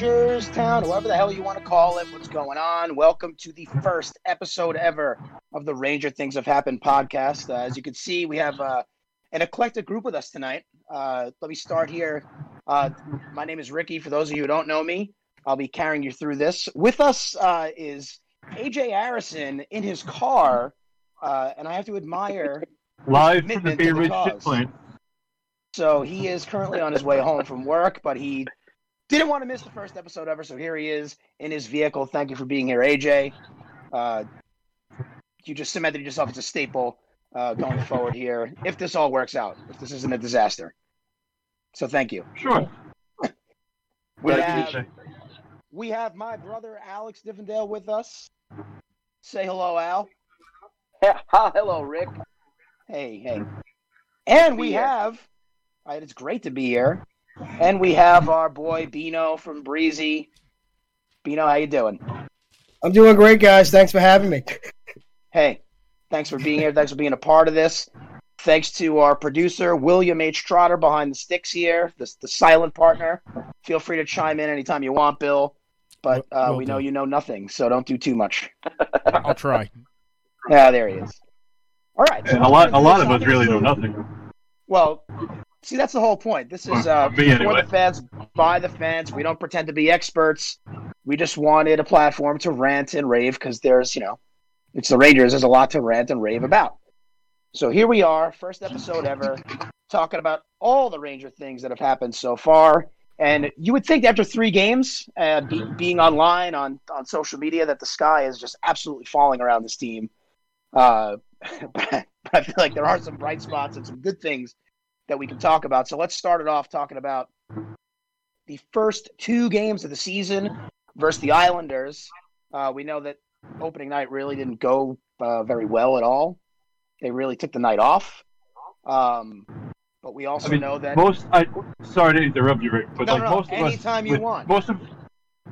Town, whoever the hell you want to call it. What's going on? Welcome to the first episode ever of the Ranger Things Have Happened podcast. Uh, as you can see, we have uh, an eclectic group with us tonight. Uh, let me start here. Uh, my name is Ricky. For those of you who don't know me, I'll be carrying you through this. With us uh, is AJ Harrison in his car, uh, and I have to admire Live from the Commitment Bay to the Ridge cause. chip plant. So he is currently on his way home from work, but he didn't want to miss the first episode ever. So here he is in his vehicle. Thank you for being here, AJ. Uh, you just cemented yourself as a staple uh, going forward here. If this all works out, if this isn't a disaster, so thank you. Sure. We Glad have, you did we have my brother Alex Diffendale with us. Say hello, Al. Yeah, hi, hello, Rick. Hey, hey. And be we here. have, all right, it's great to be here. And we have our boy Bino from Breezy. Bino, how you doing? I'm doing great, guys. Thanks for having me. Hey, thanks for being here. Thanks for being a part of this. Thanks to our producer, William H. Trotter, behind the sticks here, the, the silent partner. Feel free to chime in anytime you want, Bill. But uh, Will we do. know you know nothing, so don't do too much. I'll try. Yeah, there he is. All right. so A lot, a we're lot of gonna us really know include- nothing. Well, see, that's the whole point. This is uh, Me for anyway. the fans, by the fans. We don't pretend to be experts. We just wanted a platform to rant and rave because there's, you know, it's the Rangers. There's a lot to rant and rave about. So here we are, first episode ever, talking about all the Ranger things that have happened so far. And you would think after three games, uh, be, being online on, on social media, that the sky is just absolutely falling around this team. Uh, but I feel like there are some bright spots and some good things that we can talk about. So let's start it off talking about the first two games of the season versus the Islanders. Uh, we know that opening night really didn't go uh, very well at all. They really took the night off. Um, but we also I mean, know that. Most, I sorry to interrupt you, Rick, but No, like no, no, most of us, anytime you with- want. most of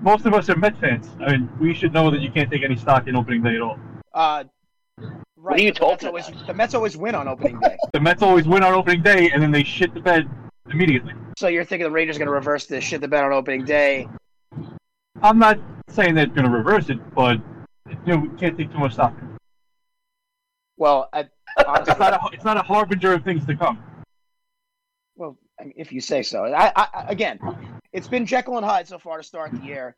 most of us are Met fans. I mean, we should know that you can't take any stock in opening day at all. Uh, right, are you but the Mets talking always- The Mets always win on opening day. The Mets always win on opening day, and then they shit the bed immediately. so you're thinking the Rangers are going to reverse this shit the bet on opening day. I'm not saying that's going to reverse it, but you know, we can't take too much stock. Well, I, honestly, It's not a, it's not a harbinger of things to come. Well, I mean, if you say so. I, I, I- again, it's been Jekyll and Hyde so far to start the year.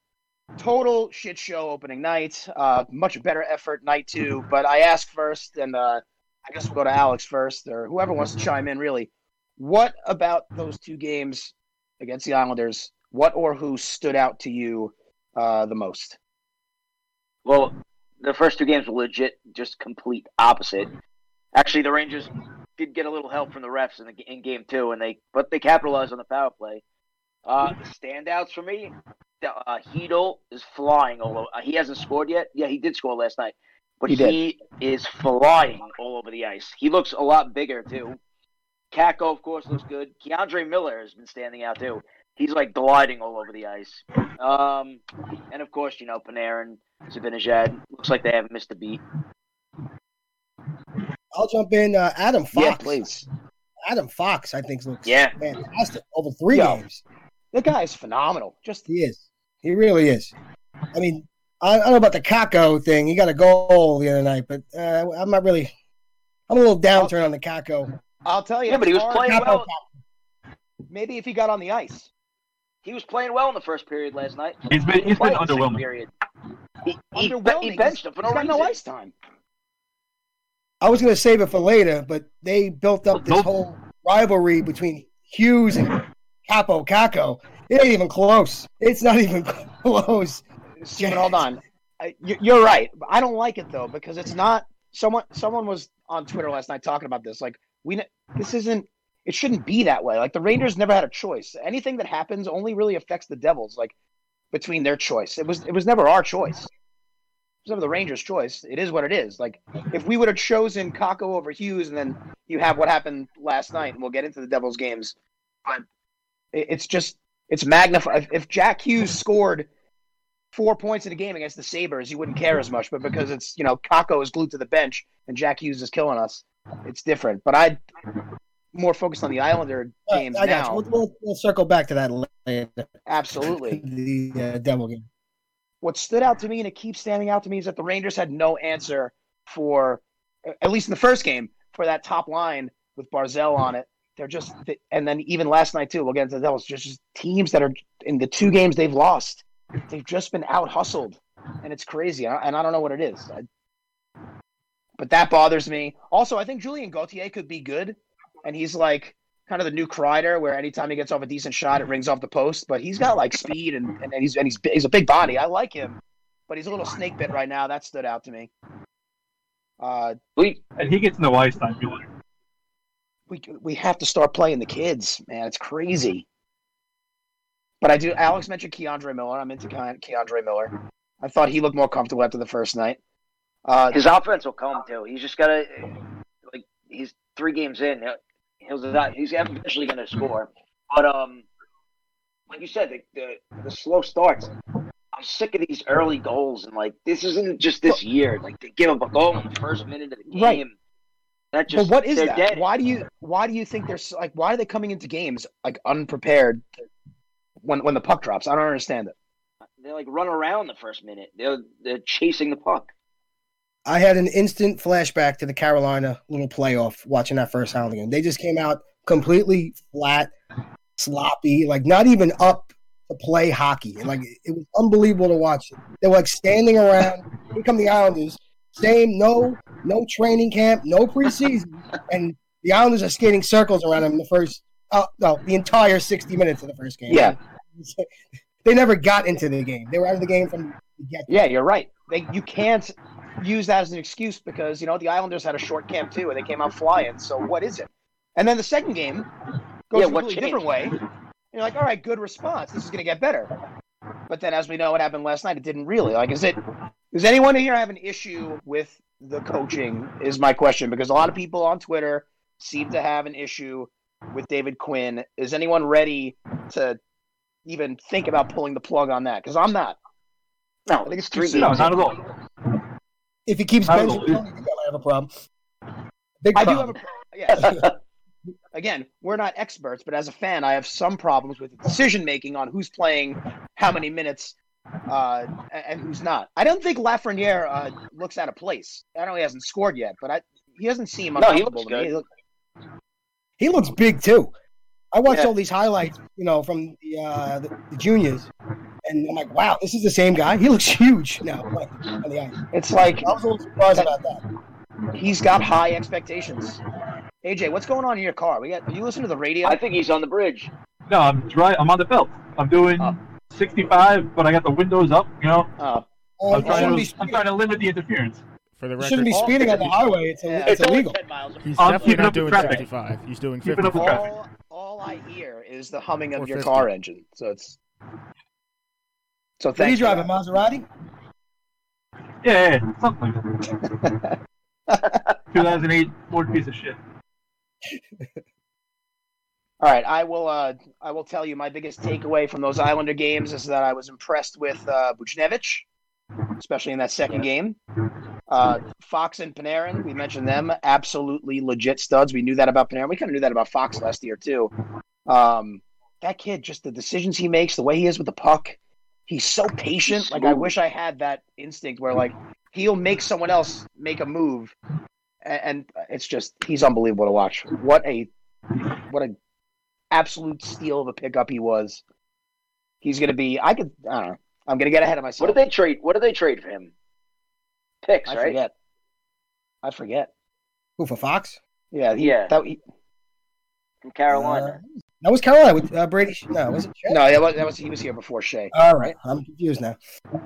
Total shit show opening night. Uh, much better effort night two. But I ask first, and uh, I guess we'll go to Alex first, or whoever wants to chime in. Really, what about those two games against the Islanders? What or who stood out to you uh, the most? Well, the first two games were legit, just complete opposite. Actually, the Rangers did get a little help from the refs in, the, in game two, and they but they capitalized on the power play. Uh, standouts for me, uh, Heedle is flying all over. Uh, he hasn't scored yet. Yeah, he did score last night, but He he, did. is flying all over the ice. He looks a lot bigger too. Kako, of course, looks good. Keandre Miller has been standing out too. He's like gliding all over the ice. Um, and of course, you know Panarin, Zibanejad. Looks like they haven't missed a beat. I'll jump in. Uh, Adam Fox. Yeah, please. Adam Fox, I think, looks Yeah, fantastic over three Yo. games. The guy is phenomenal. Just He is. He really is. I mean, I, I don't know about the Kako thing. He got a goal the other night, but uh, I'm not really. I'm a little downturn on the Kako. I'll tell you. yeah, but he it's was hard- playing well. Maybe if he got on the ice. He was playing well in the first period last night. It's been He it's been played in the second underwhelming. Period. He, he, Underwhelming. he benched him for no He's got reason. no ice time. I was going to save it for later, but they built up this Nope. whole rivalry between Hughes and Capo Kako. It ain't even close. It's not even close. Stephen, hold on. I, you- you're right. I don't like it though because it's not someone. Someone was on Twitter last night talking about this. Like we, ne- this isn't. It shouldn't be that way. Like the Rangers never had a choice. Anything that happens only really affects the Devils. Like between their choice, it was it was never our choice. It was never the Rangers' choice. It is what it is. Like if we would have chosen Kako over Hughes, and then you have what happened last night, and we'll get into the Devils games. But it, it's just it's magnified. If, if Jack Hughes scored four points in a game against the Sabres, you wouldn't care as much. But because it's, you know, Kako is glued to the bench and Jack Hughes is killing us, it's different. But I, more focused on the Islander Uh, games I got now. you. We'll, we'll, we'll circle back to that later. Absolutely. the uh, Devil game. what stood out to me and it keeps standing out to me is that the Rangers had no answer for, at least in the first game, for that top line with Barzell on it. They're just, and then even last night too. We'll get into the Devils. Just just teams that are in the two games they've lost, they've just been out hustled, and it's crazy. And I, and I don't know what it is, I, but that bothers me. Also, I think Julian Gauthier could be good, and he's like kind of the new Kreider, where anytime he gets off a decent shot, it rings off the post. But he's got like speed, and, and, and he's and he's bi- he's a big body. I like him, but he's a little snake bit right now. That stood out to me. Uh, We And he gets in the ice time. You're like, we we have to start playing the kids, man. It's crazy. But I do. Alex mentioned Keandre Miller. I'm into Ke- Keandre Miller. I thought he looked more comfortable after the first night. Uh, his offense will come too. He's just gotta like he's three games in. He'll, he'll not, he's eventually gonna score. But um, like you said, the, the the slow starts. I'm sick of these early goals, and like this isn't just this year. Like they give up a goal in the first minute of the game. Right. That just but what is they're that? dead. Why do you why do you think they're so, like why are they coming into games like unprepared when when the puck drops? I don't understand it. They like run around the first minute. They're they're chasing the puck. I had an instant flashback to the Carolina little playoff watching that first Hound game. They just came out completely flat, sloppy, like not even up to play hockey. And like it was unbelievable to watch. They were like standing around. Here come the Islanders. Same, no, no training camp, no preseason, and the Islanders are skating circles around them in the first, uh, no, the entire sixty minutes of the first game. Yeah. they never got into the game. They were out of the game from the get. Yeah, you're right. They, you can't use that as an excuse because you know the Islanders had a short camp too, and they came out flying. So what is it? And then the second game goes Yeah, a what completely different way. And you're like, all right, good response. This is going to get better. But then, as we know, what happened last night, it didn't really. Like, is it? Does anyone here have an issue with the coaching? Is my question because a lot of people on Twitter seem to have an issue with David Quinn. Is anyone ready to even think about pulling the plug on that? Because I'm not. No, think it's too three soon. no, games. not at all. If he keeps I don't benching, know. Tony, you gotta have a problem. Big I do problem. have a yeah. Again, we're not experts, but as a fan, I have some problems with decision making on who's playing, how many minutes, uh, and, and who's not. I don't think Lafreniere uh, looks out of place. I know he hasn't scored yet, but I, he doesn't seem No, he uncomfortable looks to me. good. He look- He looks big too. I watched Yeah. all these highlights, you know, from the, uh, the, the juniors, and I'm like, wow, this is the same guy. He looks huge now. Like, on the ice. It's like I was a little surprised about that. Um, he's got high expectations. AJ, what's going on in your car? We got you listen to the radio. I think he's on the bridge. No, I'm dry. I'm on the belt. I'm doing Oh. 65, but I got the windows up. You know, Uh, Uh, I'm you trying, shouldn't be to, I'm speeding, trying to limit the interference. For the you record, shouldn't be all speeding on the fifty- highway. It's, Yeah. a, it's it's only illegal. ten miles. he's I'm definitely keeping not up with doing traffic. 75. He's doing Keeping up 55. with traffic. all, all I hear is the humming Or of your 50. car engine. So it's so What are you thanks. for driving, that. Maserati? Yeah, yeah, yeah, something like that. 2008 Ford piece of shit. All right, I will. Uh, I will tell you my biggest takeaway from those Islander games is that I was impressed with uh, Buchnevich, especially in that second game. Uh, Fox and Panarin, we mentioned them, absolutely legit studs. We knew that about Panarin. We kind of knew that about Fox last year too. Um, that kid, just the decisions he makes, the way he is with the puck, he's so patient. Like I wish I had that instinct where like he'll make someone else make a move, and, and it's just he's unbelievable to watch. What a what a absolute steal of a pickup he was. He's going to be. I could. I don't know. I'm going to get ahead of myself. What did they trade? What did they trade for him? Picks, I right? forget. I forget. Who for Fox? Yeah. He, Yeah. That, he, From Carolina. Uh, that was Carolina with uh, Brady. Sh- No, was it? Shea? no, that was, that was he was here before Shea. All right, I'm confused now.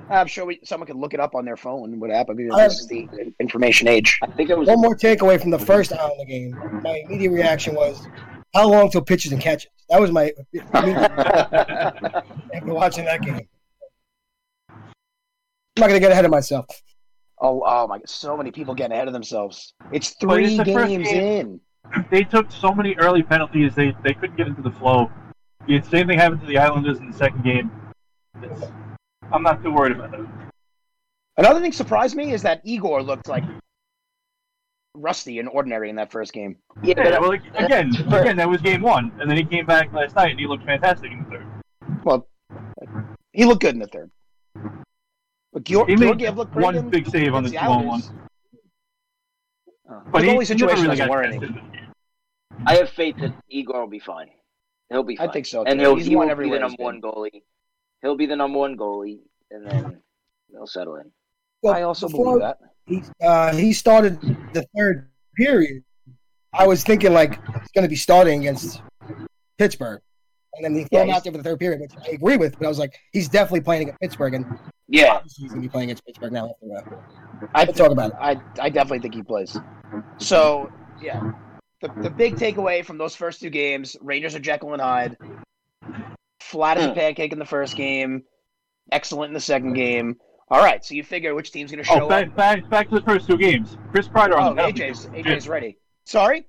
I'm sure we, someone could look it up on their phone. What happened? Because I- this is the Um, information age. I think it was. One more takeaway from the first hour of the game. My immediate reaction was, how long till pitches and catches? That was my immediate after watching that game. I'm not going to get ahead of myself. Oh, oh my! So many people getting ahead of themselves. It's But it's three the first games game. in. They took so many early penalties. They they couldn't get into the flow. The same thing happened to the Islanders in the second game. It's, I'm not too worried about that. Another thing surprised me is that Igor looked like rusty and ordinary in that first game. Yeah, Yeah, but well, like, again, again, that was game one, and then he came back last night and he looked fantastic in the third. He looked good in the third. But Geor- He made Georgiev looked great one in- big save on the against two the on one, Islanders. Uh, but the goalie he, he never situation really doesn't got worry me. tested in this game. I have faith that Igor will be fine. He'll be I fine. think so. And too. he'll, He's he won will be everywhere the he's number been. one goalie. He'll be the number one goalie, and then they'll settle in. Well, I also before- believe that. he, uh, he started the third period. I was thinking like it's going to be starting against Pittsburgh, and then he Yeah, threw him he's- out there for the third period, which I agree with. But I was like, he's definitely playing against Pittsburgh, and Yeah, obviously he's going to be playing against Pittsburgh now. After that. I We'll talk about it. I, I definitely think he plays. So yeah, the, the big takeaway from those first two games: Rangers are Jekyll and Hyde. Flat as a Hmm. pancake in the first game, excellent in the second game. All right, so you figure which team's going to show Oh, up? back, back, back to the first two games. Chris Kreider Oh, on the penalty AJ's kill. AJ's ready. Sorry,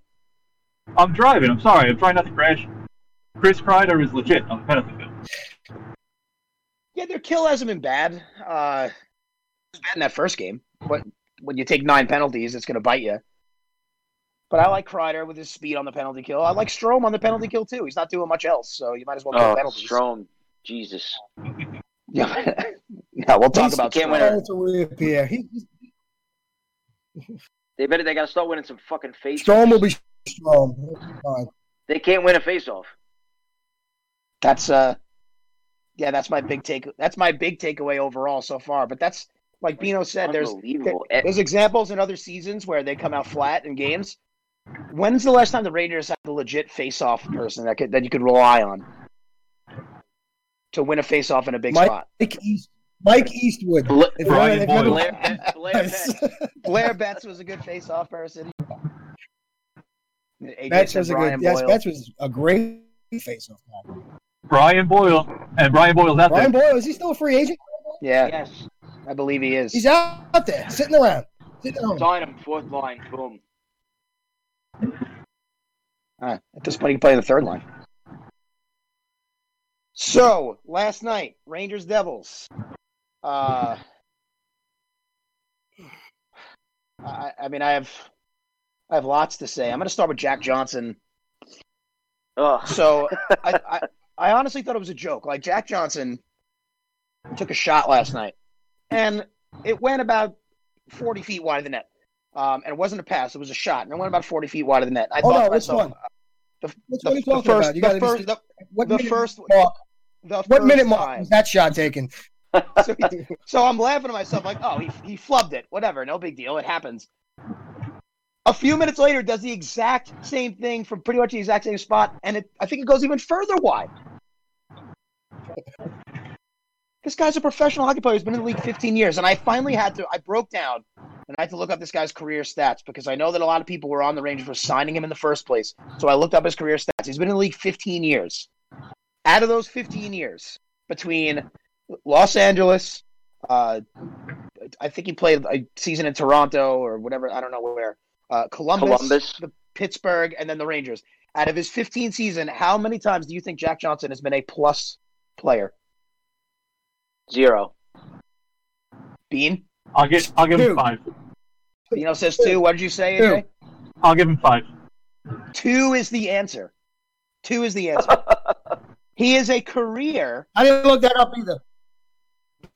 I'm driving. I'm sorry. I'm trying not to crash. Chris Kreider is legit on the penalty kill. yeah, their kill hasn't been bad. Uh, it was bad in that first game, but when you take nine penalties, it's going to bite you. But I like Kreider with his speed on the penalty kill. I like Strom on the penalty kill too. He's not doing much else, so you might as well kill oh, penalties. Strom, Jesus. Yeah, yeah we'll talk He's- about Can't Strom. win Oh, it's a weird- yeah, he, They better. They got to start winning some fucking face. Strom will be strong. He'll be fine. They can't win a face-off. That's uh, yeah, that's my big take. That's my big takeaway overall so far. But that's like Bino said. There's Unbelievable. Eh, there's examples in other seasons where they come out flat in games. When's the last time the Rangers had a legit face-off person that could that you could rely on to win a face-off in a big Mike- spot? Mike, East, Mike Eastwood. Bla- If Brian if Boyle. Blair, Bet- Blair Bet- Blair Betts was a good face-off person. AJ Betts said was a Brian good. Yes, Boyle. Betts was a great face-off guy. Brian Boyle, and Brian Boyle's out Brian there. Boyle is he still a free agent? Yeah, yes. I believe he is. He's out there sitting around. Sitting around. Sign him. Fourth line. Boom. Uh, at this point, he can play in the third line. So last night, Rangers Devils. Uh, I, I mean, I have, I have lots to say. I'm going to start with Jack Johnson. Ugh. So I, I, I honestly thought it was a joke. Like Jack Johnson took a shot last night, and it went about 40 feet wide of the net. Um, and it wasn't a pass; it was a shot, and it went about 40 feet wide of the net. I Hold thought on, to which myself, Oh, one? The, Which the, one are you talking the first, about? You the gotta be first, the, What the minute first, mark? the What first minute mark time. was that shot taken? so, so I'm laughing to myself, like, oh, he, he flubbed it. Whatever, no big deal. It happens. A few minutes later, does the exact same thing from pretty much the exact same spot, and it, I think it goes even further wide. This guy's a professional hockey player. He's been in the league 15 years, and I finally had to. I broke down, and I had to look up this guy's career stats because I know that a lot of people were on the Rangers for signing him in the first place. So I looked up his career stats. He's been in the league 15 years. Out of those 15 years, between Los Angeles. Uh, I think he played a season in Toronto or whatever. I don't know where. Uh, Columbus, Columbus. the Pittsburgh, and then the Rangers. Out of his 15 season, how many times do you think Jack Johnson has been a plus player? Zero. Bean, I'll get. I'll give Two. him five. Dino says two. What did you say? AJ? I'll give him five. Two is the answer. Two is the answer. he is a career. I didn't look that up either.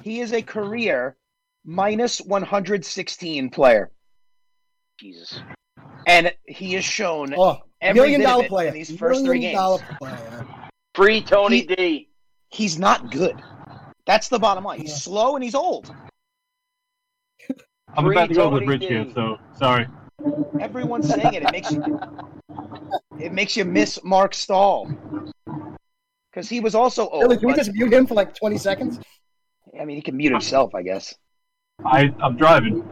He is a career minus 116 player, Jesus. and he has shown Oh, Every million bit of dollar it player. in these first Million three games. dollar player. Free Tony He- D. he's not good. That's the bottom line. He's Yeah. slow and he's old. I'm Three about to go over the Tony bridge D. here, so sorry. Everyone's saying it. It makes you, it makes you miss Mark Stahl because he was also old. Really, can we but- just mute him for like Oh, 20 seconds? I mean, he can mute himself, I guess. I, I'm driving.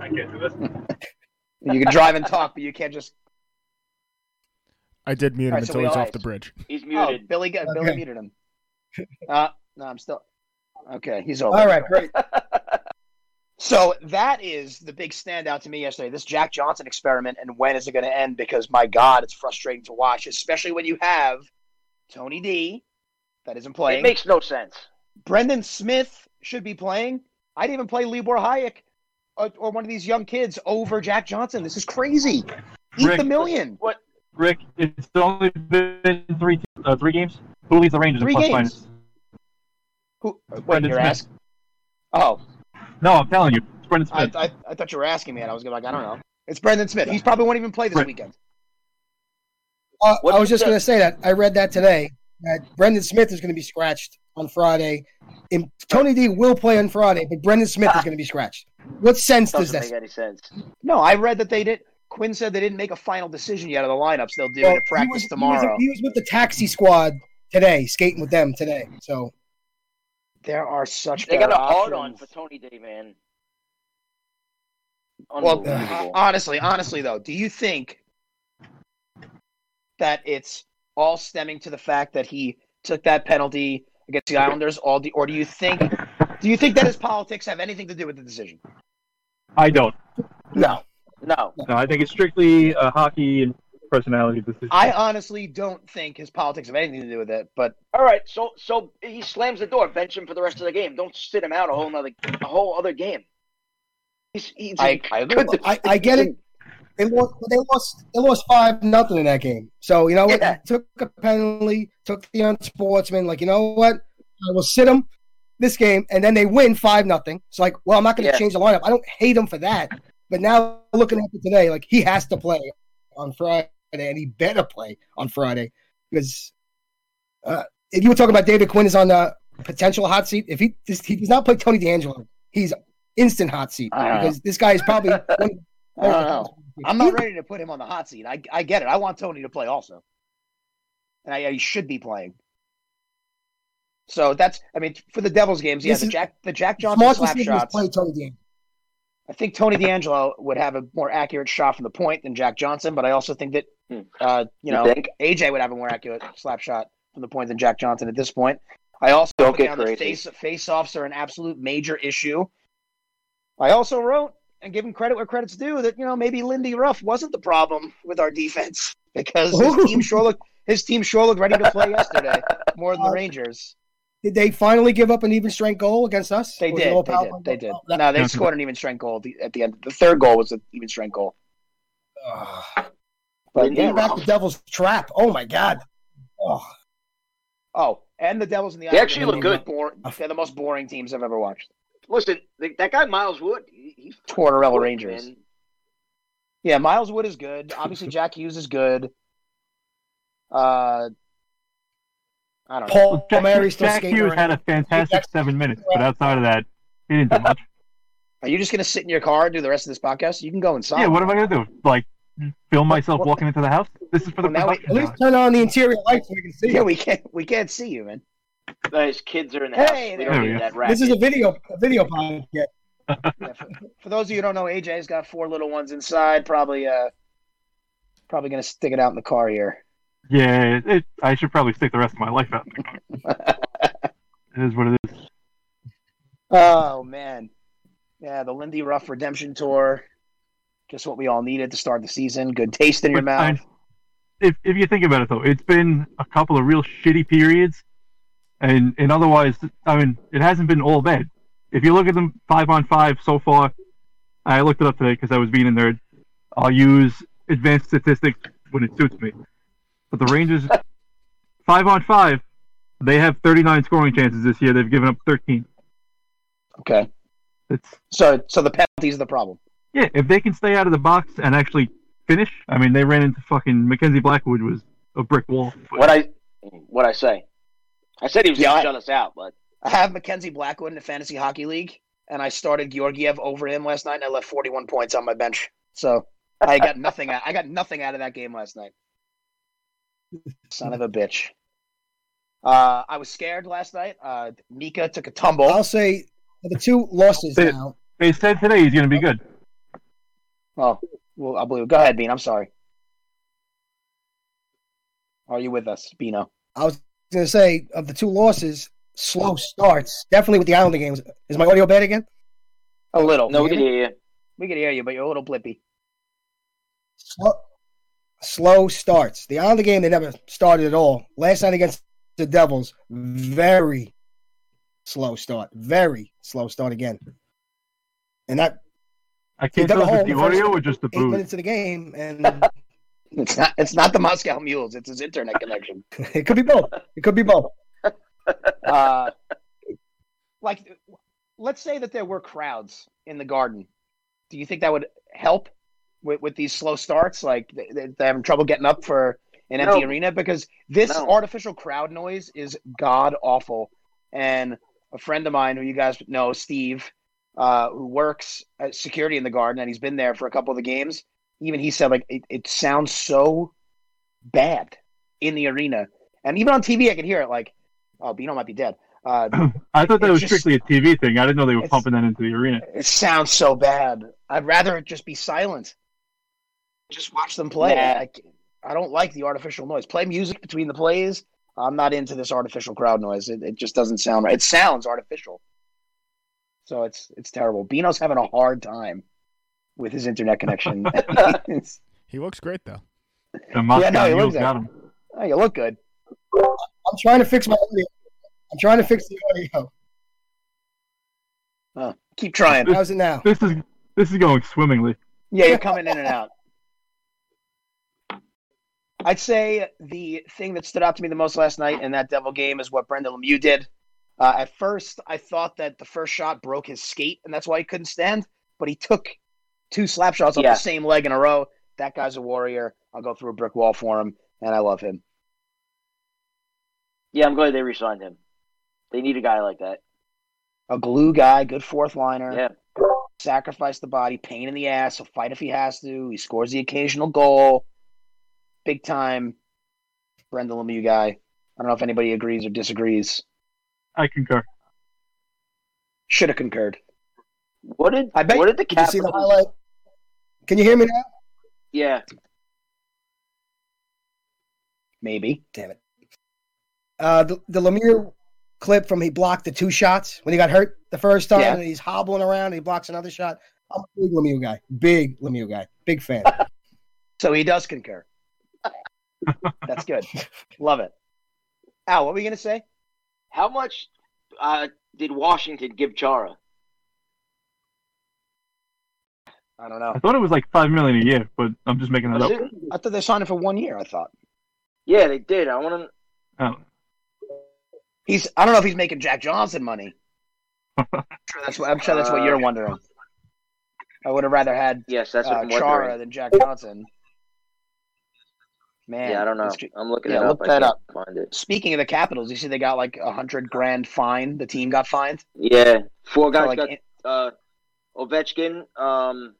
I can't do this. You can drive and talk, but you can't just. I did mute him All right, so until we he's all off right. the bridge. He's Oh, muted. Billy, got Billy Okay. muted him. Uh, no, I'm still. Okay, he's over. All right, great. So that is the big standout to me yesterday. This Jack Johnson experiment, and when is it going to end? Because my God, it's frustrating to watch, especially when you have Tony D, that isn't It playing. makes no sense. Brendan Smith should be playing. I'd even play Libor Hayek. or, or one of these young kids over Jack Johnson. This is crazy. Eat Rick. the million. Rick, it's only been three uh, three games. Who leads the Rangers in Three plus games. minus? Who, wait, Brendan you're Smith. asking? Oh, No, I'm telling you, it's Brendan I, Smith. I, I thought you were asking me, and I was gonna like, I don't know. It's Brendan Smith. He's probably won't even play this Right. weekend. Uh, I What- was just going to say that I read that today that Brendan Smith is going to be scratched on Friday. And Tony D will play on Friday, but Brendan Smith is going to be scratched. What sense does Doesn't that? make any sense. No, I read that they did. Quinn said they didn't make a final decision yet of the lineups. They'll do Well, it at practice he was, He tomorrow. was, he was with the taxi squad today, skating with them today. So there are such They got better a hard on options. for Tony Day, man. Well, uh, Unbelievable. honestly, honestly though, do you think that it's all stemming to the fact that he took that penalty against the Islanders? All the, or do you think, do you think that his politics have anything to do with the decision? I don't. no, no, No, I think it's strictly uh, hockey and personality decision. I honestly don't think his politics have anything to do with it. But All right, so so he slams the door, bench him for the rest of the game. Don't sit him out a whole another a whole other game. He's, he's I, I agree. With him. I, I get it. They lost. They lost. They lost five nothing in that game. So you know what? Yeah. Took a penalty. Took the unsportsman. Like you know what? I will sit him this game, and then they win five nothing. It's like, well, I'm not going to Yeah. change the lineup. I don't hate him for that. But now looking at it today, like he has to play on Friday, and he better play on Friday because uh, if you were talking about David Quinn is on the potential hot seat, if he this, he does not play Tony D'Angelo, he's instant hot seat I don't know. because this guy is probably. one of the I don't know. I'm not ready to put him on the hot seat. I, I get it. I want Tony to play also, and I, he should be playing. So that's, I mean, for the Devils games, yeah, This the is- Jack the Jack Johnson Smart slap decision was shots. play Tony D'Angelo. I think Tony D'Angelo would have a more accurate shot from the point than Jack Johnson, but I also think that Hmm. uh, you know think? AJ would have a more accurate slap shot from the point than Jack Johnson at this point. I also Don't get found that crazy. face face-offs are an absolute major issue. I also wrote and give him credit where credit's due that you know maybe Lindy Ruff wasn't the problem with our defense because his Ooh. team sure looked his team sure looked ready to play yesterday more than the Rangers. Did they finally give up an even strength goal against us? They Or was it did. all They power did. play They did. goal? Oh, that- No, they scored an even strength goal at the, at the end. The third goal was an even strength goal. Ugh. But Lindy yeah, Ruff. back to Devil's Trap. Oh my God. Oh, oh, and the Devils and the They Islanders actually are look the most good. bor- they're the most boring teams I've ever watched. Listen, th- that guy Miles Wood, he, he Tortorella fucking- Rangers. Yeah, Miles Wood is good. Obviously, Jack Hughes is good. Uh, I don't know. Paul Mary's still Jack skating. Hughes had around. a fantastic seven minutes, but outside of that, he didn't do much. Are you just gonna sit in your car and do the rest of this podcast? You can go inside. yeah, what am I gonna do? Like, film myself Well- walking into the house? This is for the Well, now we- production At least value. turn on the interior lights so we can see. Yeah, it. we can't. We can't see you, man. Uh, His kids are in the Hey, house. there we don't we need go. that racket. This is a video, a video podcast. Yeah, for, for those of you who don't know, AJ's got four little ones inside. Probably, uh, probably gonna stick it out in the car here. Yeah, it, it, I should probably stick the rest of my life out. it is what it is. Oh man, yeah, the Lindy Ruff redemption tour, just what we all needed to start the season. Good taste in your But I- mouth. if if you think about it though, it's been a couple of real shitty periods, and and otherwise, I mean, it hasn't been all bad. If you look at them five on five so far, I looked it up today because I was being a nerd. I'll use advanced statistics when it suits me. But the Rangers, five on five, they have 39 scoring chances this year. They've given up 13. Okay, It's so so the penalties are the problem. Yeah, if they can stay out of the box and actually finish, I mean, they ran into fucking Mackenzie Blackwood was a brick wall. But what I what I say. I said he was Yeah, gonna I- shut us out, but I have Mackenzie Blackwood in the fantasy hockey league, and I started Georgiev over him last night, and I left forty-one points on my bench. So I got nothing. out, I got nothing out of that game last night. Son of a bitch. Uh, I was scared last night. Uh, Mika took a tumble. I'll say the two losses They- now. they said today he's going to be good. Oh, well, I believe. Go ahead, Bean. I'm sorry. Are you with us, Beano? I was going to say of the two losses, slow starts definitely with the Islander games. Is my audio bad again? A little. no, we can hear you. We can hear you, but you're a little blippy. slow, slow starts. The Islander game, they never started at all. Last night against the Devils, very slow start. Very slow start again. And that I can't dug a tell if hole it's in the the first audio or just the Eight booze. minutes of the game, and It's not. It's not the Moscow Mules. It's his internet connection. it could be both. It could be both. Uh, like, let's say that there were crowds in the Garden. Do you think that would help with, with these slow starts? Like they, they- they're having trouble getting up for an empty No. arena because this No. artificial crowd noise is god awful. And a friend of mine who you guys know, Steve, uh, who works at security in the Garden, and he's been there for a couple of the games. Even he said like it, it sounds so bad in the arena, and even on TV I could hear it. Like, oh, Bino might be dead. Uh, I thought that It's was just- strictly a TV thing. I didn't know they were It's- pumping that into the arena. It sounds so bad. I'd rather it just be silent. Just watch them play. Nah. I, I don't like the artificial noise. Play music between the plays. I'm not into this artificial crowd noise. It, it just doesn't sound right. It sounds artificial. So it's it's terrible. Bino's having a hard time with his internet connection. It's- He looks great though. The Moscow no, it Mules was that. got 'em. oh, you look good. I'm trying to fix my audio. I'm trying to fix the audio. Oh, keep trying. How's it now? This is this is going swimmingly. Yeah, you're coming in and out. I'd say the thing that stood out to me the most last night in that Devil game is what Brendan Lemieux did. Uh, at first, I thought that the first shot broke his skate, and that's why he couldn't stand. But he took two slap shots off Yeah. the same leg in a row. That guy's a warrior. I'll go through a brick wall for him, and I love him. Yeah, I'm glad they re-signed him. They need a guy like that. A glue guy, good fourth liner. Yeah. sacrifice the body, pain in the ass. He'll fight if he has to. He scores the occasional goal. Big time Brendan Lemieux guy. I don't know if anybody agrees or disagrees. I concur. Should have concurred. What did I bet- what did the Did you see Capitals? the highlight? Can you hear me now? yeah, Maybe. Damn it. Uh, the, the Lemieux clip from he blocked the two shots when he got hurt the first time, Yeah. and he's hobbling around and he blocks another shot. I'm a big Lemieux guy. Big Lemieux guy. Big fan. So he does concur. That's good. Love it. Al, what were you going to say? how much uh, did Washington give Chara? I don't know. I thought it was like five million a year, but I'm just making that Was up. it? I thought they signed him for one year, I thought. Yeah, they did. I want to. I don't know. He's I don't know if he's making Jack Johnson money. I'm sure that's what, I'm sure that's what you're wondering. I would have rather had Yes, that's what uh, I'm Chara wondering. than Jack Johnson. Man, Yeah, I don't know. it's- I'm looking yeah, it up. look I that can't up. Find it. Speaking of the Capitals, you see they got like a hundred grand fine. The team got fined. Yeah, four For, guys like, eh, got in- uh, Ovechkin, um,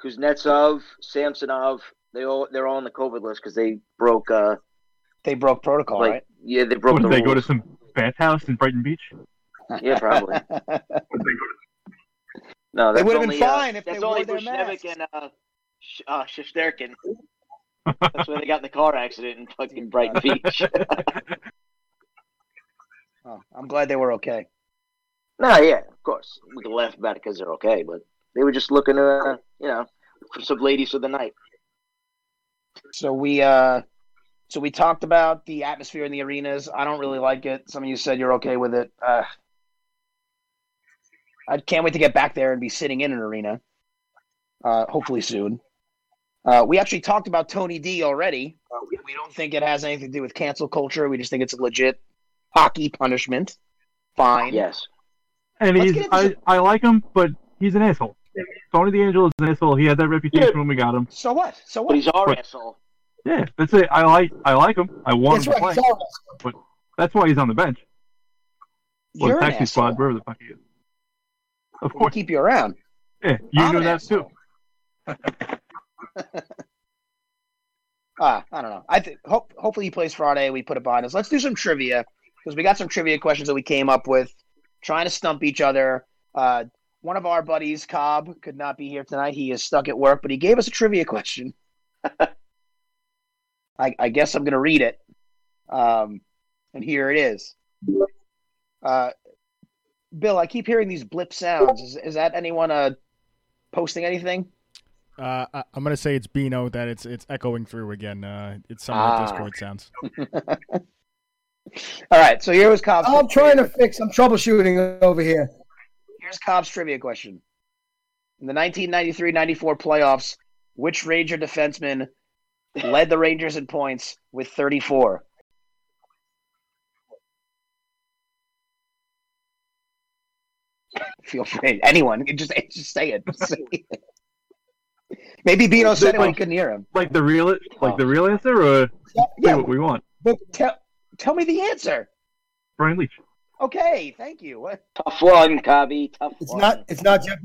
Kuznetsov, Samsonov. They all they're all on the COVID list because they broke. Uh, they broke protocol, like right? yeah, they broke What, the did they go to rules. some bathhouse in Brighton Beach? Yeah, probably. No, They that's would've been only, fine uh, if they that's wore only their masks. Bushnevic and uh, Sh- uh, Shesterkin. that's where they got in the car accident in fucking Brighton Beach. oh, I'm glad they were okay. no, yeah, of course we can laugh about it because they're okay, but they were just looking, uh, you know, for some ladies of the night. So we uh so we talked about the atmosphere in the arenas. I don't really like it. Some of you said you're okay with it. Uh I can't wait to get back there and be sitting in an arena. Uh hopefully soon. Uh we actually talked about Tony D already. Uh, we- we don't think it has anything to do with cancel culture. We just think it's a legit hockey punishment. Fine. Yes, And Let's he's get I, into I like him, but he's an asshole. Tony DeAngelo is an asshole. He had that reputation when we got him. So what? So but what? he's our But- asshole. Yeah, that's it. I like I like him. I want That's him to right. play. Sorry. That's why he's on the bench. Or You're an taxi asshole. squad, wherever the fuck he is. Of We'll course, keep you around. yeah, you I'm know an that asshole. too. Ah, I don't know. I th- hope hopefully he plays Friday. We put it behind us. Let's do some trivia because we got some trivia questions that we came up with, trying to stump each other. Uh, one of our buddies, Cobb, could not be here tonight. He is stuck at work, but he gave us a trivia question. I, I guess I'm going to read it. Um, and here it is. Uh, Bill, I keep hearing these blip sounds. Is, is that anyone uh, posting anything? Uh, I, I'm gonna say it's Beano that it's it's echoing through again. Uh, it's some Ah. of the Discord sounds. All right, so here was Cobb's. I'm trying to fix. I'm troubleshooting over here. Here's Cobb's trivia question. in the 1993-94 playoffs, which Ranger defenseman led the Rangers in points with 34? Feel free. Anyone can just just say it. Maybe Beano said it when he couldn't hear him. Like the real, like the real answer, or say Yeah, what we want. but tell tell me the answer. Brian Leach. Okay, thank you. What- Tough one, Cobby. Tough It's one. not. It's not Jeff.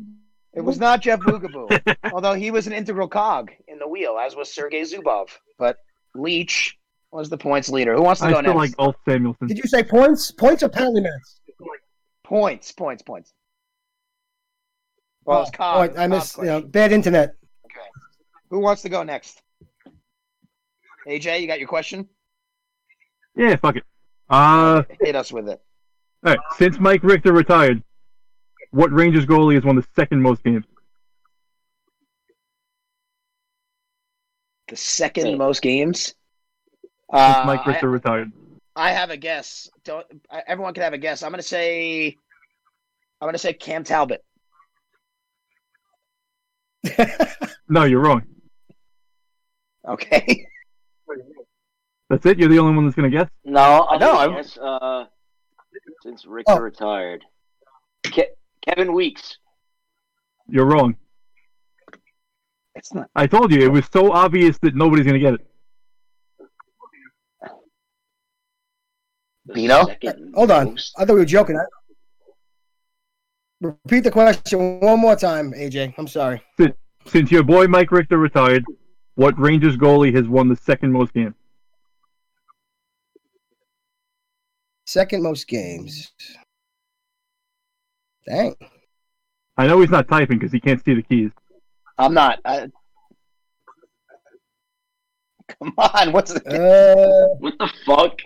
It was not Jeff Boogaboo, although he was an integral cog in the wheel, as was Sergei Zubov. But Leach was the points leader. Who wants to I go still next? like Ulf Samuelson. Did you say points? Points or penalty minutes? Points, points, points. Well, it's cog. Oh, I miss. Cog You know, question. bad internet. Who wants to go next? AJ, you got your question? Yeah, fuck it. Uh, Hit us with it. all right. Since Mike Richter retired, what Rangers goalie has won the second most games? The second Yeah. most games. Since Uh, Mike I- Richter retired. I have a guess. Don't I- everyone can have a guess. I'm gonna say. I'm gonna say Cam Talbot. No, you're wrong. Okay. That's it. You're the only one that's gonna guess. No, I'll No, no, I'm- guess, uh, since Ricker Oh. retired, Ke- Kevin Weeks. You're wrong. It's not. I told you it was so obvious that nobody's gonna get it. the Bino? second Hold on. most- I thought we were joking. I- Repeat the question one more time, AJ. I'm sorry. Since your boy Mike Richter retired, what Rangers goalie has won the second most games? Second most games. Dang. I know he's not typing because he can't see the keys. I'm not. I... Come on. What's the... Uh, What the fuck?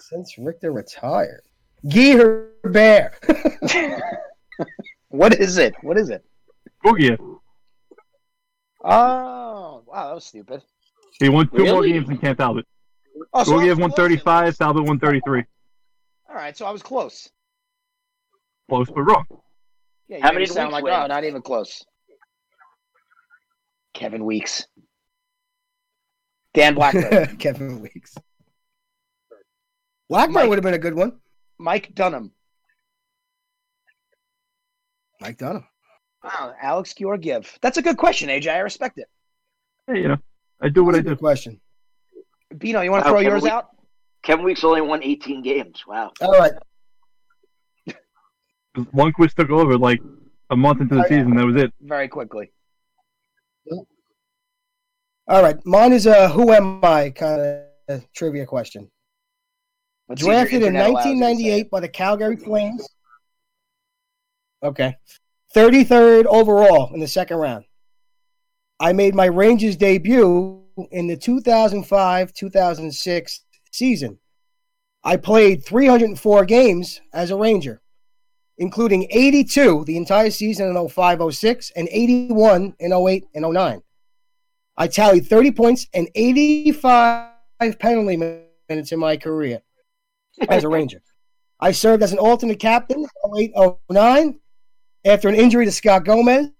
since Richter retired, Guy Herbert. what is it? What is it? Boogie, Oh, wow, that was stupid. he won two more Really? games than Camp Talbot. Oh, so I Boogie was have close. 135, Talbot 133. All right, so I was close. Close but wrong. Yeah, you How How many many did sound Weeks like win? oh, not even close. Kevin Weeks, Dan Blackburn, Kevin Weeks. Blackburn Mike- would have been a good one. Mike Dunham, Mike Dunham. wow, Alex Georgiev. That's a good question, AJ. I respect it. Hey, you know, I do what I That's a do. good question. Bino, you want to Wow, throw Kevin yours Weeks. out? Kevin Weeks only won 18 games. Wow. All right. Lundqvist took over like a month into the season. That was it. Very quickly. All right. Mine is a who am I kind of trivia question. Let's see if your Drafted in internet allows you to say 1998 by the Calgary Flames. Okay. 33rd overall in the second round. I made my Rangers debut in the 2005 2006 season. I played 304 games as a Ranger, including 82 the entire season in 05 06 and 81 in 08 and 09. I tallied 30 points and 85 penalty minutes in my career as a Ranger. I served as an alternate captain in 0809 after an injury to Scott Gomez.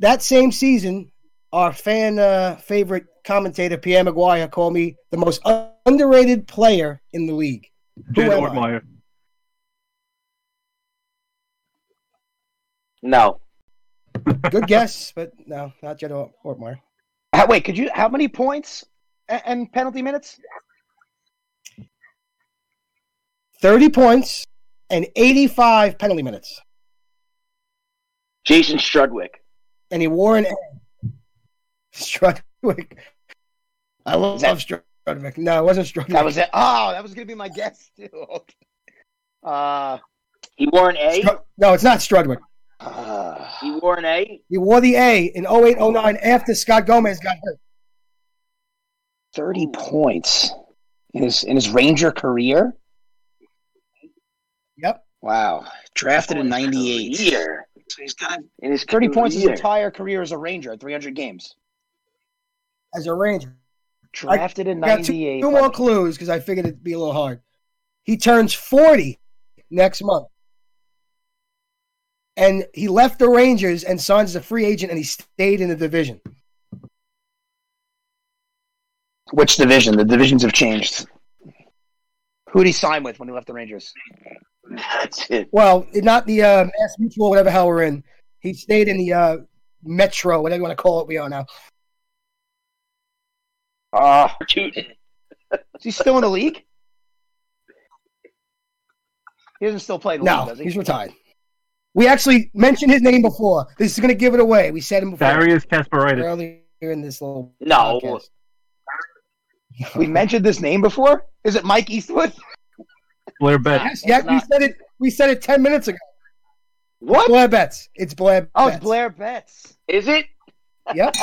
That same season, our fan uh, favorite commentator, Pierre Maguire, called me the most underrated player in the league. Jed am I? Ortmeyer. No. Good guess, but no, not Jed Or- Ortmeyer. Uh, Wait, could you? How many points a- and penalty minutes? 30 points and 85 penalty minutes. Jason Strudwick. And he wore an Strudwick. I love Is that- Strudwick. No, it wasn't Strudwick. That was it. Oh, that was gonna be my guess too. Uh, He wore an A. Stru- no, it's not Strudwick. uh, He wore an A. He wore the A in 0809 after Scott Gomez got hurt. thirty points in his in his Ranger career. Yep. Wow, drafted in '98. Career. In his Thirty points his career. entire career as a Ranger at 300 games. As a Ranger. Drafted in Got two, '98. two more clues because I figured it'd be a little hard. He turns 40 next month. and he left the Rangers and signed as a free agent, and he stayed in the division. Which division? The divisions have changed. Who did he sign with when he left the Rangers? That's it. Well, not the uh, Mass Mutual, whatever hell we're in. He stayed in the uh, Metro, whatever you want to call it. We are now. Uh, Tootin. is he still in the league? He doesn't still play in the league, No, does he? he's retired. We actually mentioned his name before. This is going to give it away. We said him before Darius Kasparaitis. earlier in this little No. podcast. We mentioned this name before. Is it Mike Eastwood? Blair Bet. Yes, yeah, we said it. We said it ten minutes ago. What? Blair Betts. It's Blair. Oh, it's Betts. Blair Betts. Is it? Yep.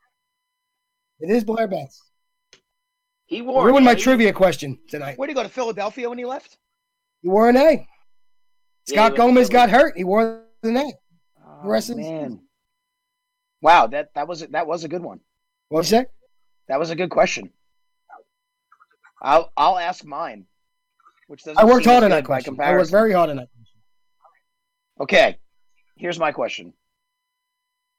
it is Blair Betts. He wore Ruined my he- trivia question tonight. Where did he go to Philadelphia when he left? He wore an A. Yeah, Scott he was- Gomez got hurt. He wore an A. Oh, rest of the season. Wow, that that was that was a good one. What you say? That was a good question. I'll I'll ask mine, which doesn't. I worked seem as hard on good that by question. I worked comparison. very hard on that. Okay, here's my question.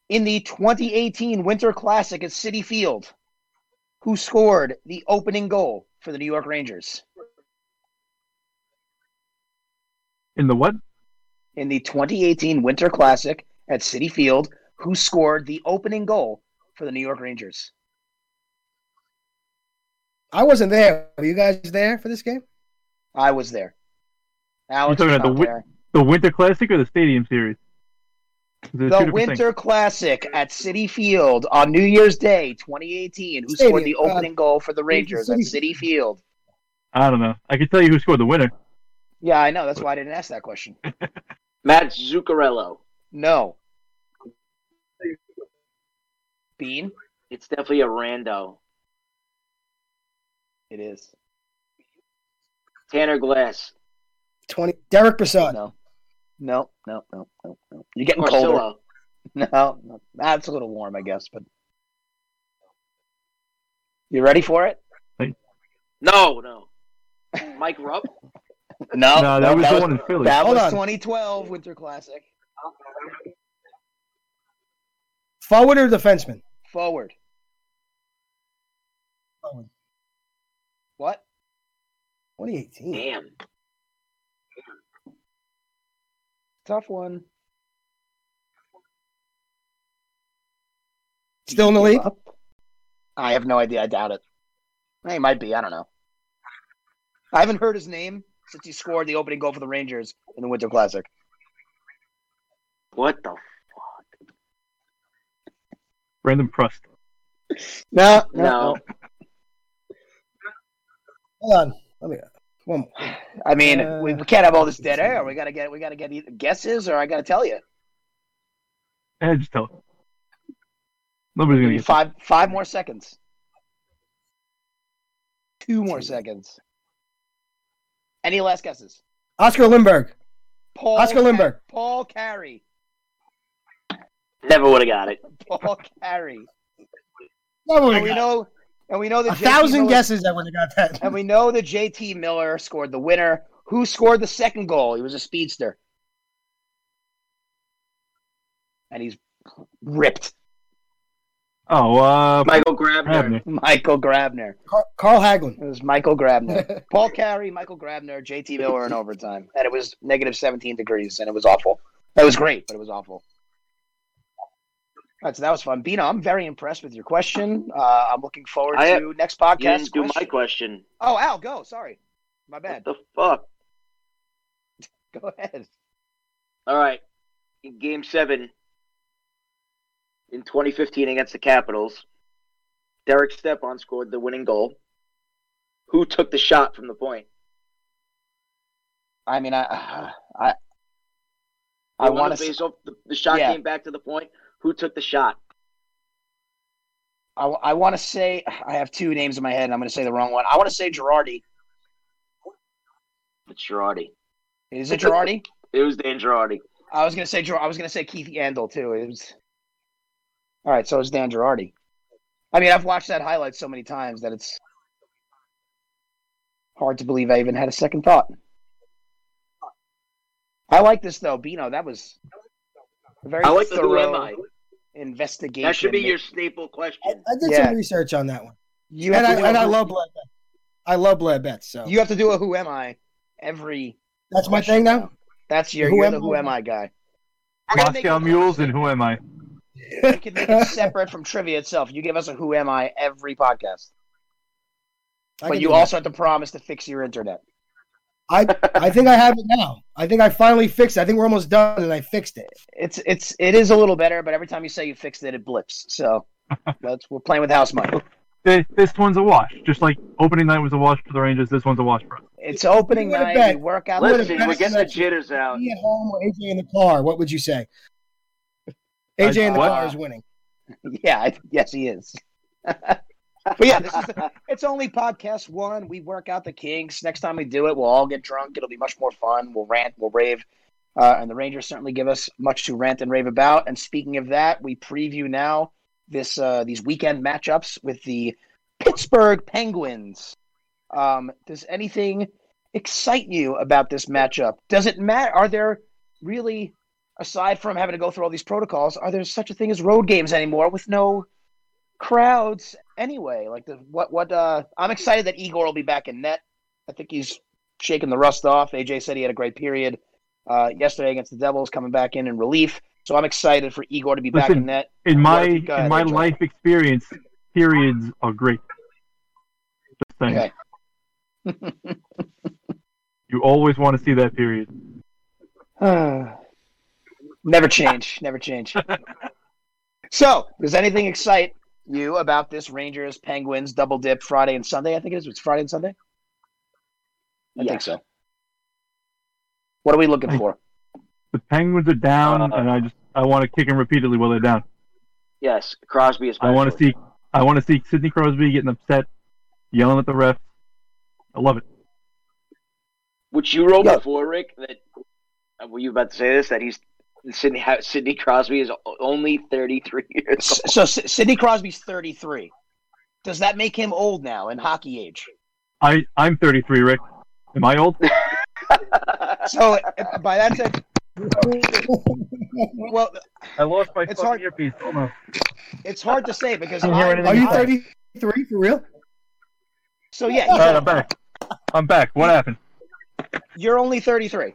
In the 2018 Winter Classic at City Field, who scored the opening goal for the New York Rangers? In the what? In the 2018 Winter Classic at City Field, who scored the opening goal for the New York Rangers? I wasn't there. Were you guys there for this game? I was there. Alex You're was talking about not the wi- there. The Winter Classic or the Stadium Series? They're two The different things. Winter Classic at City Field on New Year's Day 2018. Who scored the Stadium, uh, opening goal for the Rangers at City. City Field? I don't know. I can tell you who scored the winner. Yeah, I know. That's why I didn't ask that question. Matt Zuccarello. No. Bean? It's definitely a rando. It is. Tanner Glass. Twenty. Derek Brassard. No. No, no, no, no, no. You're getting colder. Marcillo. No, no. That's a little warm, I guess, but. You ready for it? No, no. Mike Rupp. No. no, that was the one in Philly. Oh, That Hold was on. 2012 Winter Classic. Forward or defenseman? Forward. Forward. What? 2018. Damn. Tough one. Still in the league? I have no idea. I doubt it. He might be. I don't know. I haven't heard his name since he scored the opening goal for the Rangers in the Winter Classic. What the? Brandon Prust. No, No. Hold on. Let me. One more. I mean, we, Uh, we can't have all this dead air. We gotta get. We gotta get either guesses, or I gotta tell you. Eh, just tell. Nobody's gonna get. Five. Five more seconds. Two more seconds. Any last guesses? Oscar Lindberg. Paul Oscar Car- Lindberg. Paul Carey. Never would have got it. Paul Carey. And Never we would've got know, and we know it. that Oh A JT thousand Miller- guesses I would have got and that. we know that JT Miller scored the winner. Who scored the second goal? He was a speedster, and he's ripped. Oh, uh, Michael Grabner. Abner. Michael Grabner. Car- Carl Hagelin. It was Michael Grabner, Paul Carey, Michael Grabner, JT Miller in overtime, and it was negative seventeen degrees, and it was awful. That was great, but it was awful. All right, so that was fun, Bino. I'm very impressed with your question. Uh, I'm looking forward I- to next You podcast. didn't do my question. question. Oh, Al, go. Sorry, my What bad. the fuck? Go ahead. All right. In game seven in 2015 against the Capitals, Derek Stepan scored the winning goal. Who took the shot from the point? I mean, I, I, They I won want the to, faceoff. The, the shot Yeah. came back to the point. Who took the shot? I, I want to say I have two names in my head, and I'm going to say the wrong one. I want to say Girardi. It's Girardi. Is it Girardi? It was Dan Girardi. I was going to say Gir- I was going to say Keith Yandel too. It was. All right, so it's Dan Girardi. I mean, I've watched that highlight so many times that it's hard to believe I even had a second thought. I like this though, Bino. That was a very I like the thorough who am I. investigation. That should be your staple I, question. I did Yeah. some research on that one, You have and to I do and a I who- love Blad Betts. I love Blad Betts, so You have to do a who am I every. that's my question thing now. That's your. Who you're am the I? who am I guy. We're gonna make Moscow it- Mules and Who Am I? We can make it separate from trivia itself. You give us a who am I every podcast, I but can you do that. also have to promise to fix your internet. I I think I have it now. I think I finally fixed it. I think we're almost done, and I fixed it. It's it's it is a little better, but every time you say you fixed it, it blips. So that's we're playing with house money. Th- This one's a wash. Just like opening night was a wash for the Rangers, this one's a wash for us. It's opening You would've night. bet. We work out. would've the Listen, kinks. we're bet. passed getting the that. jitters out. Me at home or AJ in the car? What would you say? AJ in the what? car is winning. Yeah, I, yes, he is. but yeah, this is the, it's only podcast one. We work out the kinks. Next time we do it, we'll all get drunk. It'll be much more fun. We'll rant, we'll rave, uh, and the Rangers certainly give us much to rant and rave about. And speaking of that, we preview now this uh, these weekend matchups with the Pittsburgh Penguins. Um, does anything excite you about this matchup? Does it matter? Are there really aside from having to go through all these protocols, are there such a thing as road games anymore with no crowds anyway? Like the what what uh I'm excited that Igor will be back in net. I think he's shaking the rust off. AJ said he had a great period uh yesterday against the Devils coming back in in relief. So I'm excited for Igor to be back Listen, in net. In What my if you got in my it, Joe? life experience, periods are great. Just Okay. saying. You always want to see that period. never change, never change. so, does anything excite you about this Rangers Penguins double dip Friday and Sunday? I think it is. It's Friday and Sunday. I think Yes. so. What are we looking for? The Penguins are down, Uh, and I just I want to kick them repeatedly while they're down. Yes, Crosby is. I want to see I want to see Sidney Crosby getting upset, yelling at the ref. I love it. Which you wrote Yeah. before, Rick. That uh, were you about to say this? That he's Sidney. how- Sidney Crosby is o- only thirty-three years. S- So, S- Sidney Crosby's 33. Does that make him old now in hockey age? I I'm 33, Rick. Am I old? So, if- by that said, well, I lost my It's fucking hard. earpiece. it's hard to say because Didn't hear I- anything Are you about it. 33 for real? So yeah, All right, I'm back. I'm back. What happened? you're only 33.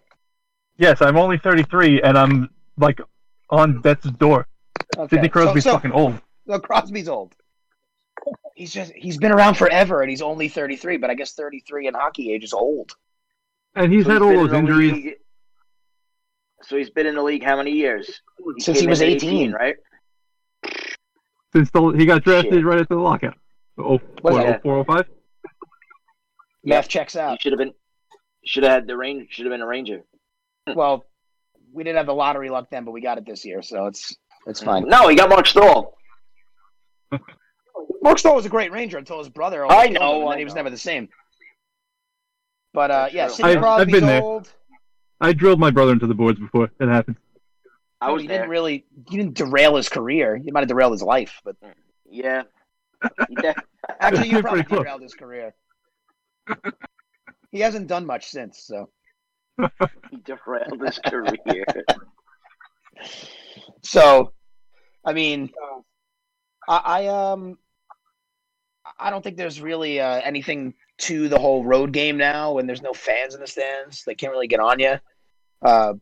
Yes, I'm only 33, and I'm like on death's door. Okay. Sidney So- Crosby's so- fucking old. No, Crosby's old. He's just he's been around forever and he's only 33, but I guess 33 in hockey age is old. And he's So had been all in those the injuries. league- So he's been in the league how many years? Since he came was in at 18. right? since the, he got drafted Shit. right after the lockout. Oh, Was what, it? oh, four, oh, five? Math checks He out. should have been. Should have had the range. Should have been a ranger. Well, we didn't have the lottery luck then, but we got it this year, so it's it's fine. No, he got Mark Stahl. Mark Stahl was a great Ranger until his brother. I killed know, him, and I then he was know. never the same. But uh, That's yeah, true. Sidney I've- I've Crosby's been there. old. I drilled my brother into the boards before it happened. I was you there. didn't really you didn't derail his career. You might have derailed his life, but yeah. He de- actually, you probably Pretty close. derailed his career. he hasn't done much since, so. he derailed his career. So, I mean, I, I um, I don't think there's really uh, anything to the whole road game now, when there's no fans in the stands. They can't really get on you. Uh,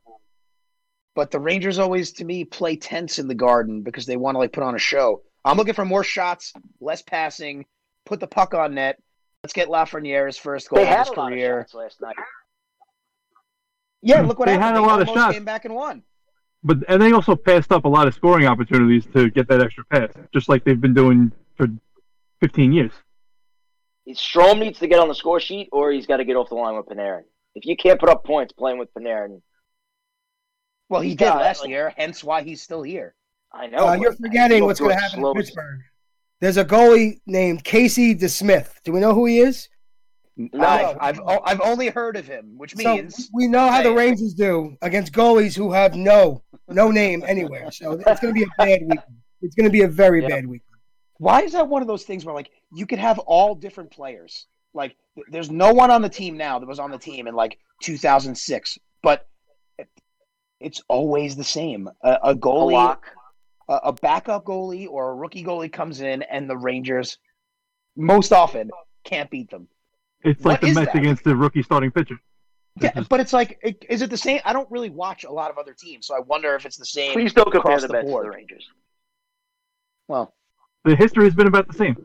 but the Rangers always, to me, play tense in the Garden because they want to like put on a show. I'm looking for more shots, less passing. Put the puck on net. Let's get Lafreniere's first goal they of had his a lot of career. shots last night. Yeah, look what They happened. had a lot of almost shots. Came back and won. But and they also passed up a lot of scoring opportunities to get that extra pass, just like they've been doing for 15 years. Strom needs to get on the score sheet, or he's got to get off the line with Panarin. If you can't put up points playing with Panarin, Well, he did Yeah, last like- year, hence why he's still here. I know. uh, you're but forgetting go what's through it going to happen slow. in Pittsburgh. There's a goalie named Casey DeSmith. Do we know who he is? No. I've, I've o- I've only heard of him, which So means we know how the Hey. Rangers do against goalies who have no no name anywhere. So it's going to be a bad week. It's going to be a very Yeah. bad week. why is that one of those things where like you could have all different players? Like th- there's no one on the team now that was on the team in like 2006, but It's always the same. A, a goalie, Block. a, a backup goalie, or a rookie goalie comes in, and the Rangers most often can't beat them. It's What like the is Mets that? against the rookie starting pitcher. Yeah, but it's like, it- is it the same? I don't really watch a lot of other teams, so I wonder if it's the same. Please don't compare across the the Mets to the board. Rangers. Well, The history has been about the same.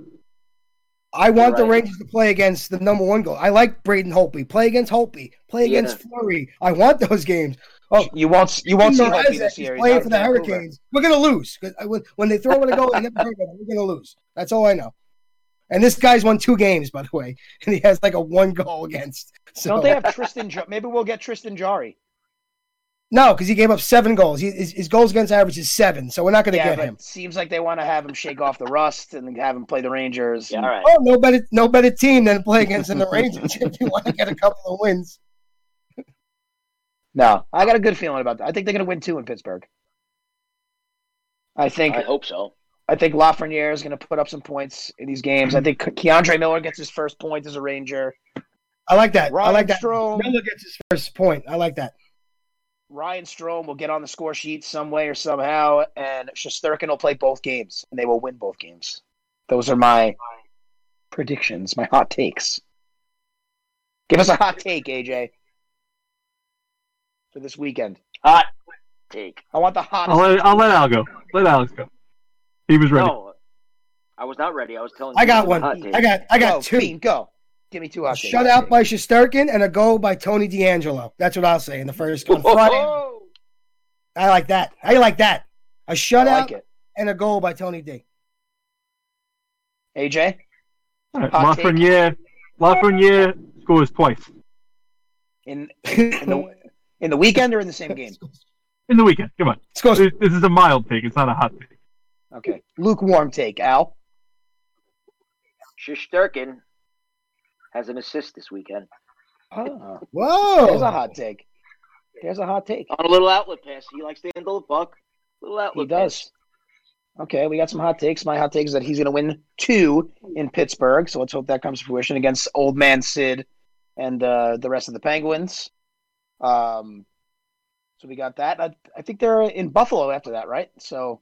I want the You're right. Rangers to play against the number one goal. I like Braden Holtby. Play against Holtby. Play Yeah. against Flurry. I want those games. Oh, you won't you won't see Mrazek Hopi is this year. He's Playing out for of the Vancouver. Hurricanes. We're gonna lose 'Cause I- when- when they throw in a goal. I never heard of it. We're gonna lose. That's all I know. And this guy's won two games, by the way, and he has like a one goal against. So Don't they have Tristan? Ja- Maybe we'll get Tristan Jari. no, because he gave up seven goals. He, his, his goals against average is seven, so we're not gonna Yeah, get but him. seems like they want to have him shake off the rust and have him play the Rangers. Yeah, all right. Oh, no better, no better team than to play against in the Rangers if you want to get a couple of wins. No, I got a good feeling about that. I think they're going to win two in Pittsburgh. I think I I, hope so. think Lafreniere is going to put up some points in these games. I think Keandre Miller gets his first point as a Ranger. I like that. I Ryan like that. Strome, Miller gets his first point. I like that. Ryan Strome will get on the score sheet some way or somehow, and Shosturkin will play both games, and they will win both games. Those are my predictions, my hot takes. Give us a hot take, AJ, for this weekend. Hot take. I want the hot. Oh, I'll let, I'll let Al go. Let Alex go. He was ready. No, I was not ready. I was telling. I you got it's one. hot take. I got. I go, got two. Bean, go. Give me two hot takes. Shut out by Shosturkin and a goal by Tony D'Angelo. That's what I'll say in the first on Friday. Whoa. I like that. I like that. I A shutout like it. and a goal by Tony D. AJ, All right, hot take. Lafreniere, Lafreniere scores twice in in the in the weekend or in the same game? in the weekend. Come on. Scores. This this is a mild take. It's not a hot take. Okay. Lukewarm take, Al. Shishterkin has an assist this weekend Oh, there's a Whoa. hot take. There's a hot take. on a little outlet pass. He likes to handle the puck. Little outlet. He does. Okay, we got some hot takes. My hot take is that he's going to win two in Pittsburgh. So let's hope that comes to fruition against Old Man Sid and uh, the rest of the Penguins. Um, so we got that. I, I think they're in Buffalo after that, right? So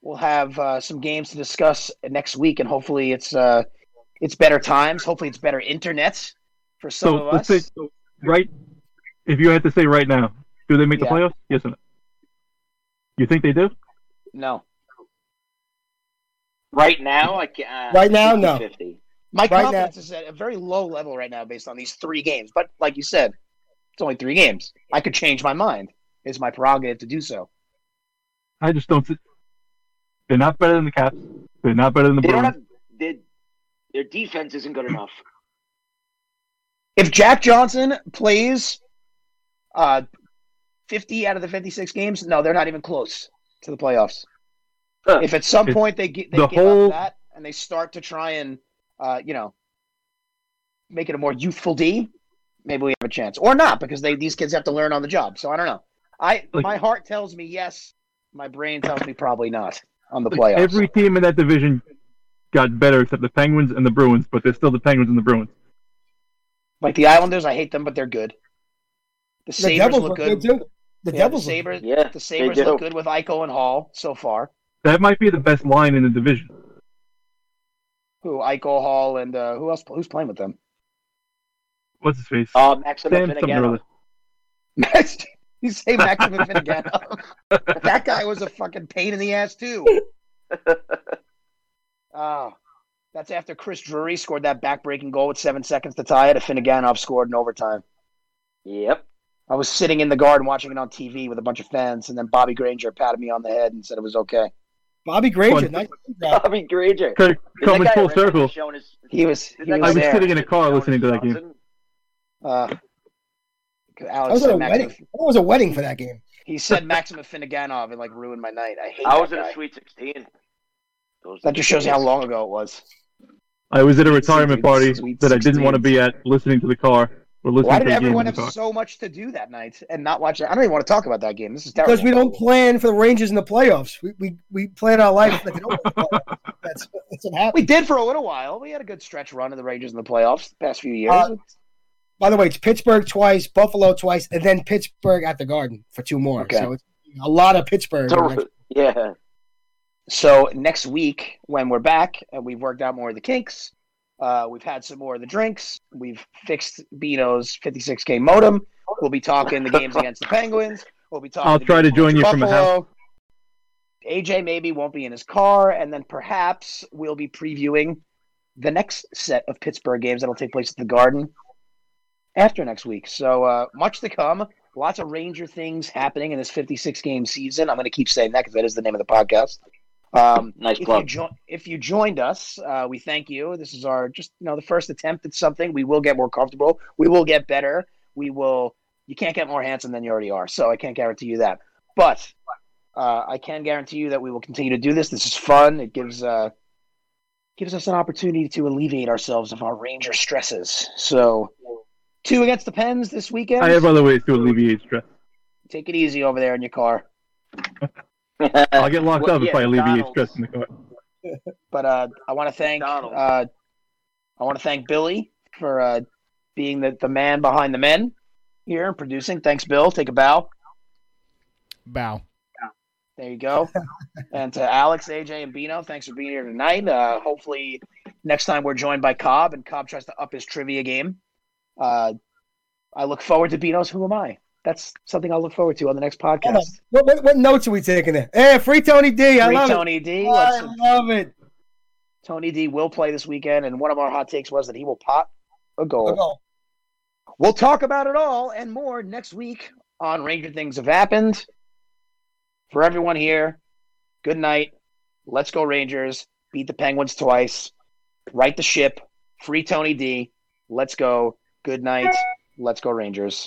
we'll have uh, some games to discuss next week, and hopefully it's uh, it's better times. Hopefully it's better internet for some So of let's us. say, so right, if you had to say right now, do they make the Yeah. playoffs? Yes or no? You think they do? No, Right now, I uh, can't. Right now, no. 50. my Right now- confidence is at a very low level right now based on these three games. But like you said, it's only three games. I could change my mind. It's my prerogative to do so. I just don't. see- They're not better than the Caps. They're not better than the They don't Mm. Bruins. have. They, their defense isn't good enough. If Jack Johnson plays uh, 50 out of the 56 games, no, they're not even close to the playoffs. Huh. If at some It's- point they, gi- they the give whole- up that and they start to try and, uh, you know, make it a more youthful D, maybe we have a chance. Or not, because they these kids have to learn on the job. So I don't know. I Like- My heart tells me yes. My brain tells me probably not on the Like, playoffs. Every team in that division got better except the Penguins and the Bruins, but they're still the Penguins and the Bruins. Like the Islanders, I hate them, but they're good. The The Sabres Devils look look good. good too. The Yeah, Devils. the look- Sabres, Yeah, the Sabres they do. look good with Eichel and Hall so far. That might be the best line in the division. Who Eichel, Hall, and uh, who else? Who's playing with them? What's his face? Uh, Sam Maximum something or Again. other. you say Maxim and Finnegano. that guy was a fucking pain in the ass too. Oh, that's after Chris Drury scored that backbreaking goal with seven seconds to tie it. If Finneganov scored in overtime. Yep. I was sitting in the garden watching it on TV with a bunch of fans, and then Bobby Granger patted me on the head and said it was okay. Bobby Granger. Fun. nice job. Bobby Granger. Co- Did that Coming guy full originally circle. shown his- He was did he was that guy I was there. sitting in a car originally listening to that shown his game. Johnson? Uh, I Alex was at a said Maxim, wedding. I was at a wedding for that game. he said Maxim Finneganov and like ruined my night. I hate I that was in guy. a Sweet 16. Those- That just shows you how long ago it was. I was at a retirement Sweet party sixteen. that I didn't want to be at, listening to the car or listening Why to did the game in everyone the have car. so much to do that night and not watch it? I don't even want to talk about that game. This is terrible. Because we don't plan for the Rangers in the playoffs. We we, we plan our life. But they don't plan for the playoffs. that's that's what happened. We did for a little while. We had a good stretch run of the Rangers in the playoffs the past few years. Uh, By the way, it's Pittsburgh twice, Buffalo twice, and then Pittsburgh at the Garden for two more. Okay. So it's a lot of Pittsburgh. So, yeah. So next week, when we're back and we've worked out more of the kinks, uh, we've had some more of the drinks, we've fixed Beano's 56k modem. We'll be talking the games against the Penguins. We'll be talking. I'll the try to games join you against from a Buffalo. AJ maybe won't be in his car, and then perhaps we'll be previewing the next set of Pittsburgh games that'll take place at the Garden after next week. So uh, much to come. Lots of Ranger things happening in this 56 game season. I'm going to keep saying that because that is the name of the podcast. Um, Nice if you, plug. jo- if you joined us, uh, we thank you. This is our just you know the first attempt at something. We will get more comfortable. We will get better. We will. You can't get more handsome than you already are, so I can't guarantee you that. But uh, I can guarantee you that we will continue to do this. This is fun. It gives uh, gives us an opportunity to alleviate ourselves of our Ranger stresses. So two against the Pens this weekend. I have other ways to alleviate stress. Take it easy over there in your car. Uh, I'll get locked Well, up if yeah, I alleviate McDonald's. stress in the car. But uh, I want to thank Donald. uh, I want to thank Billy for uh, being the, the man behind the men here and producing. Thanks, Bill. Take a bow. Bow. There you go. and to Alex, AJ, and Bino, thanks for being here tonight. Uh, hopefully, next time we're joined by Cobb, and Cobb tries to up his trivia game. Uh, I look forward to Bino's Who Am I? That's something I'll look forward to on the next podcast. What, what, what notes are we taking there? Eh, free Tony D. I Free love Tony D. it. Let's- I love it. Tony D will play this weekend, and one of our hot takes was that he will pot a goal. Look, oh, We'll talk about it all and more next week on Ranger Things Have Happened. For everyone here, good night. Let's go, Rangers. Beat the Penguins twice. Right the ship. Free Tony D. Let's go. Good night. Let's go, Rangers.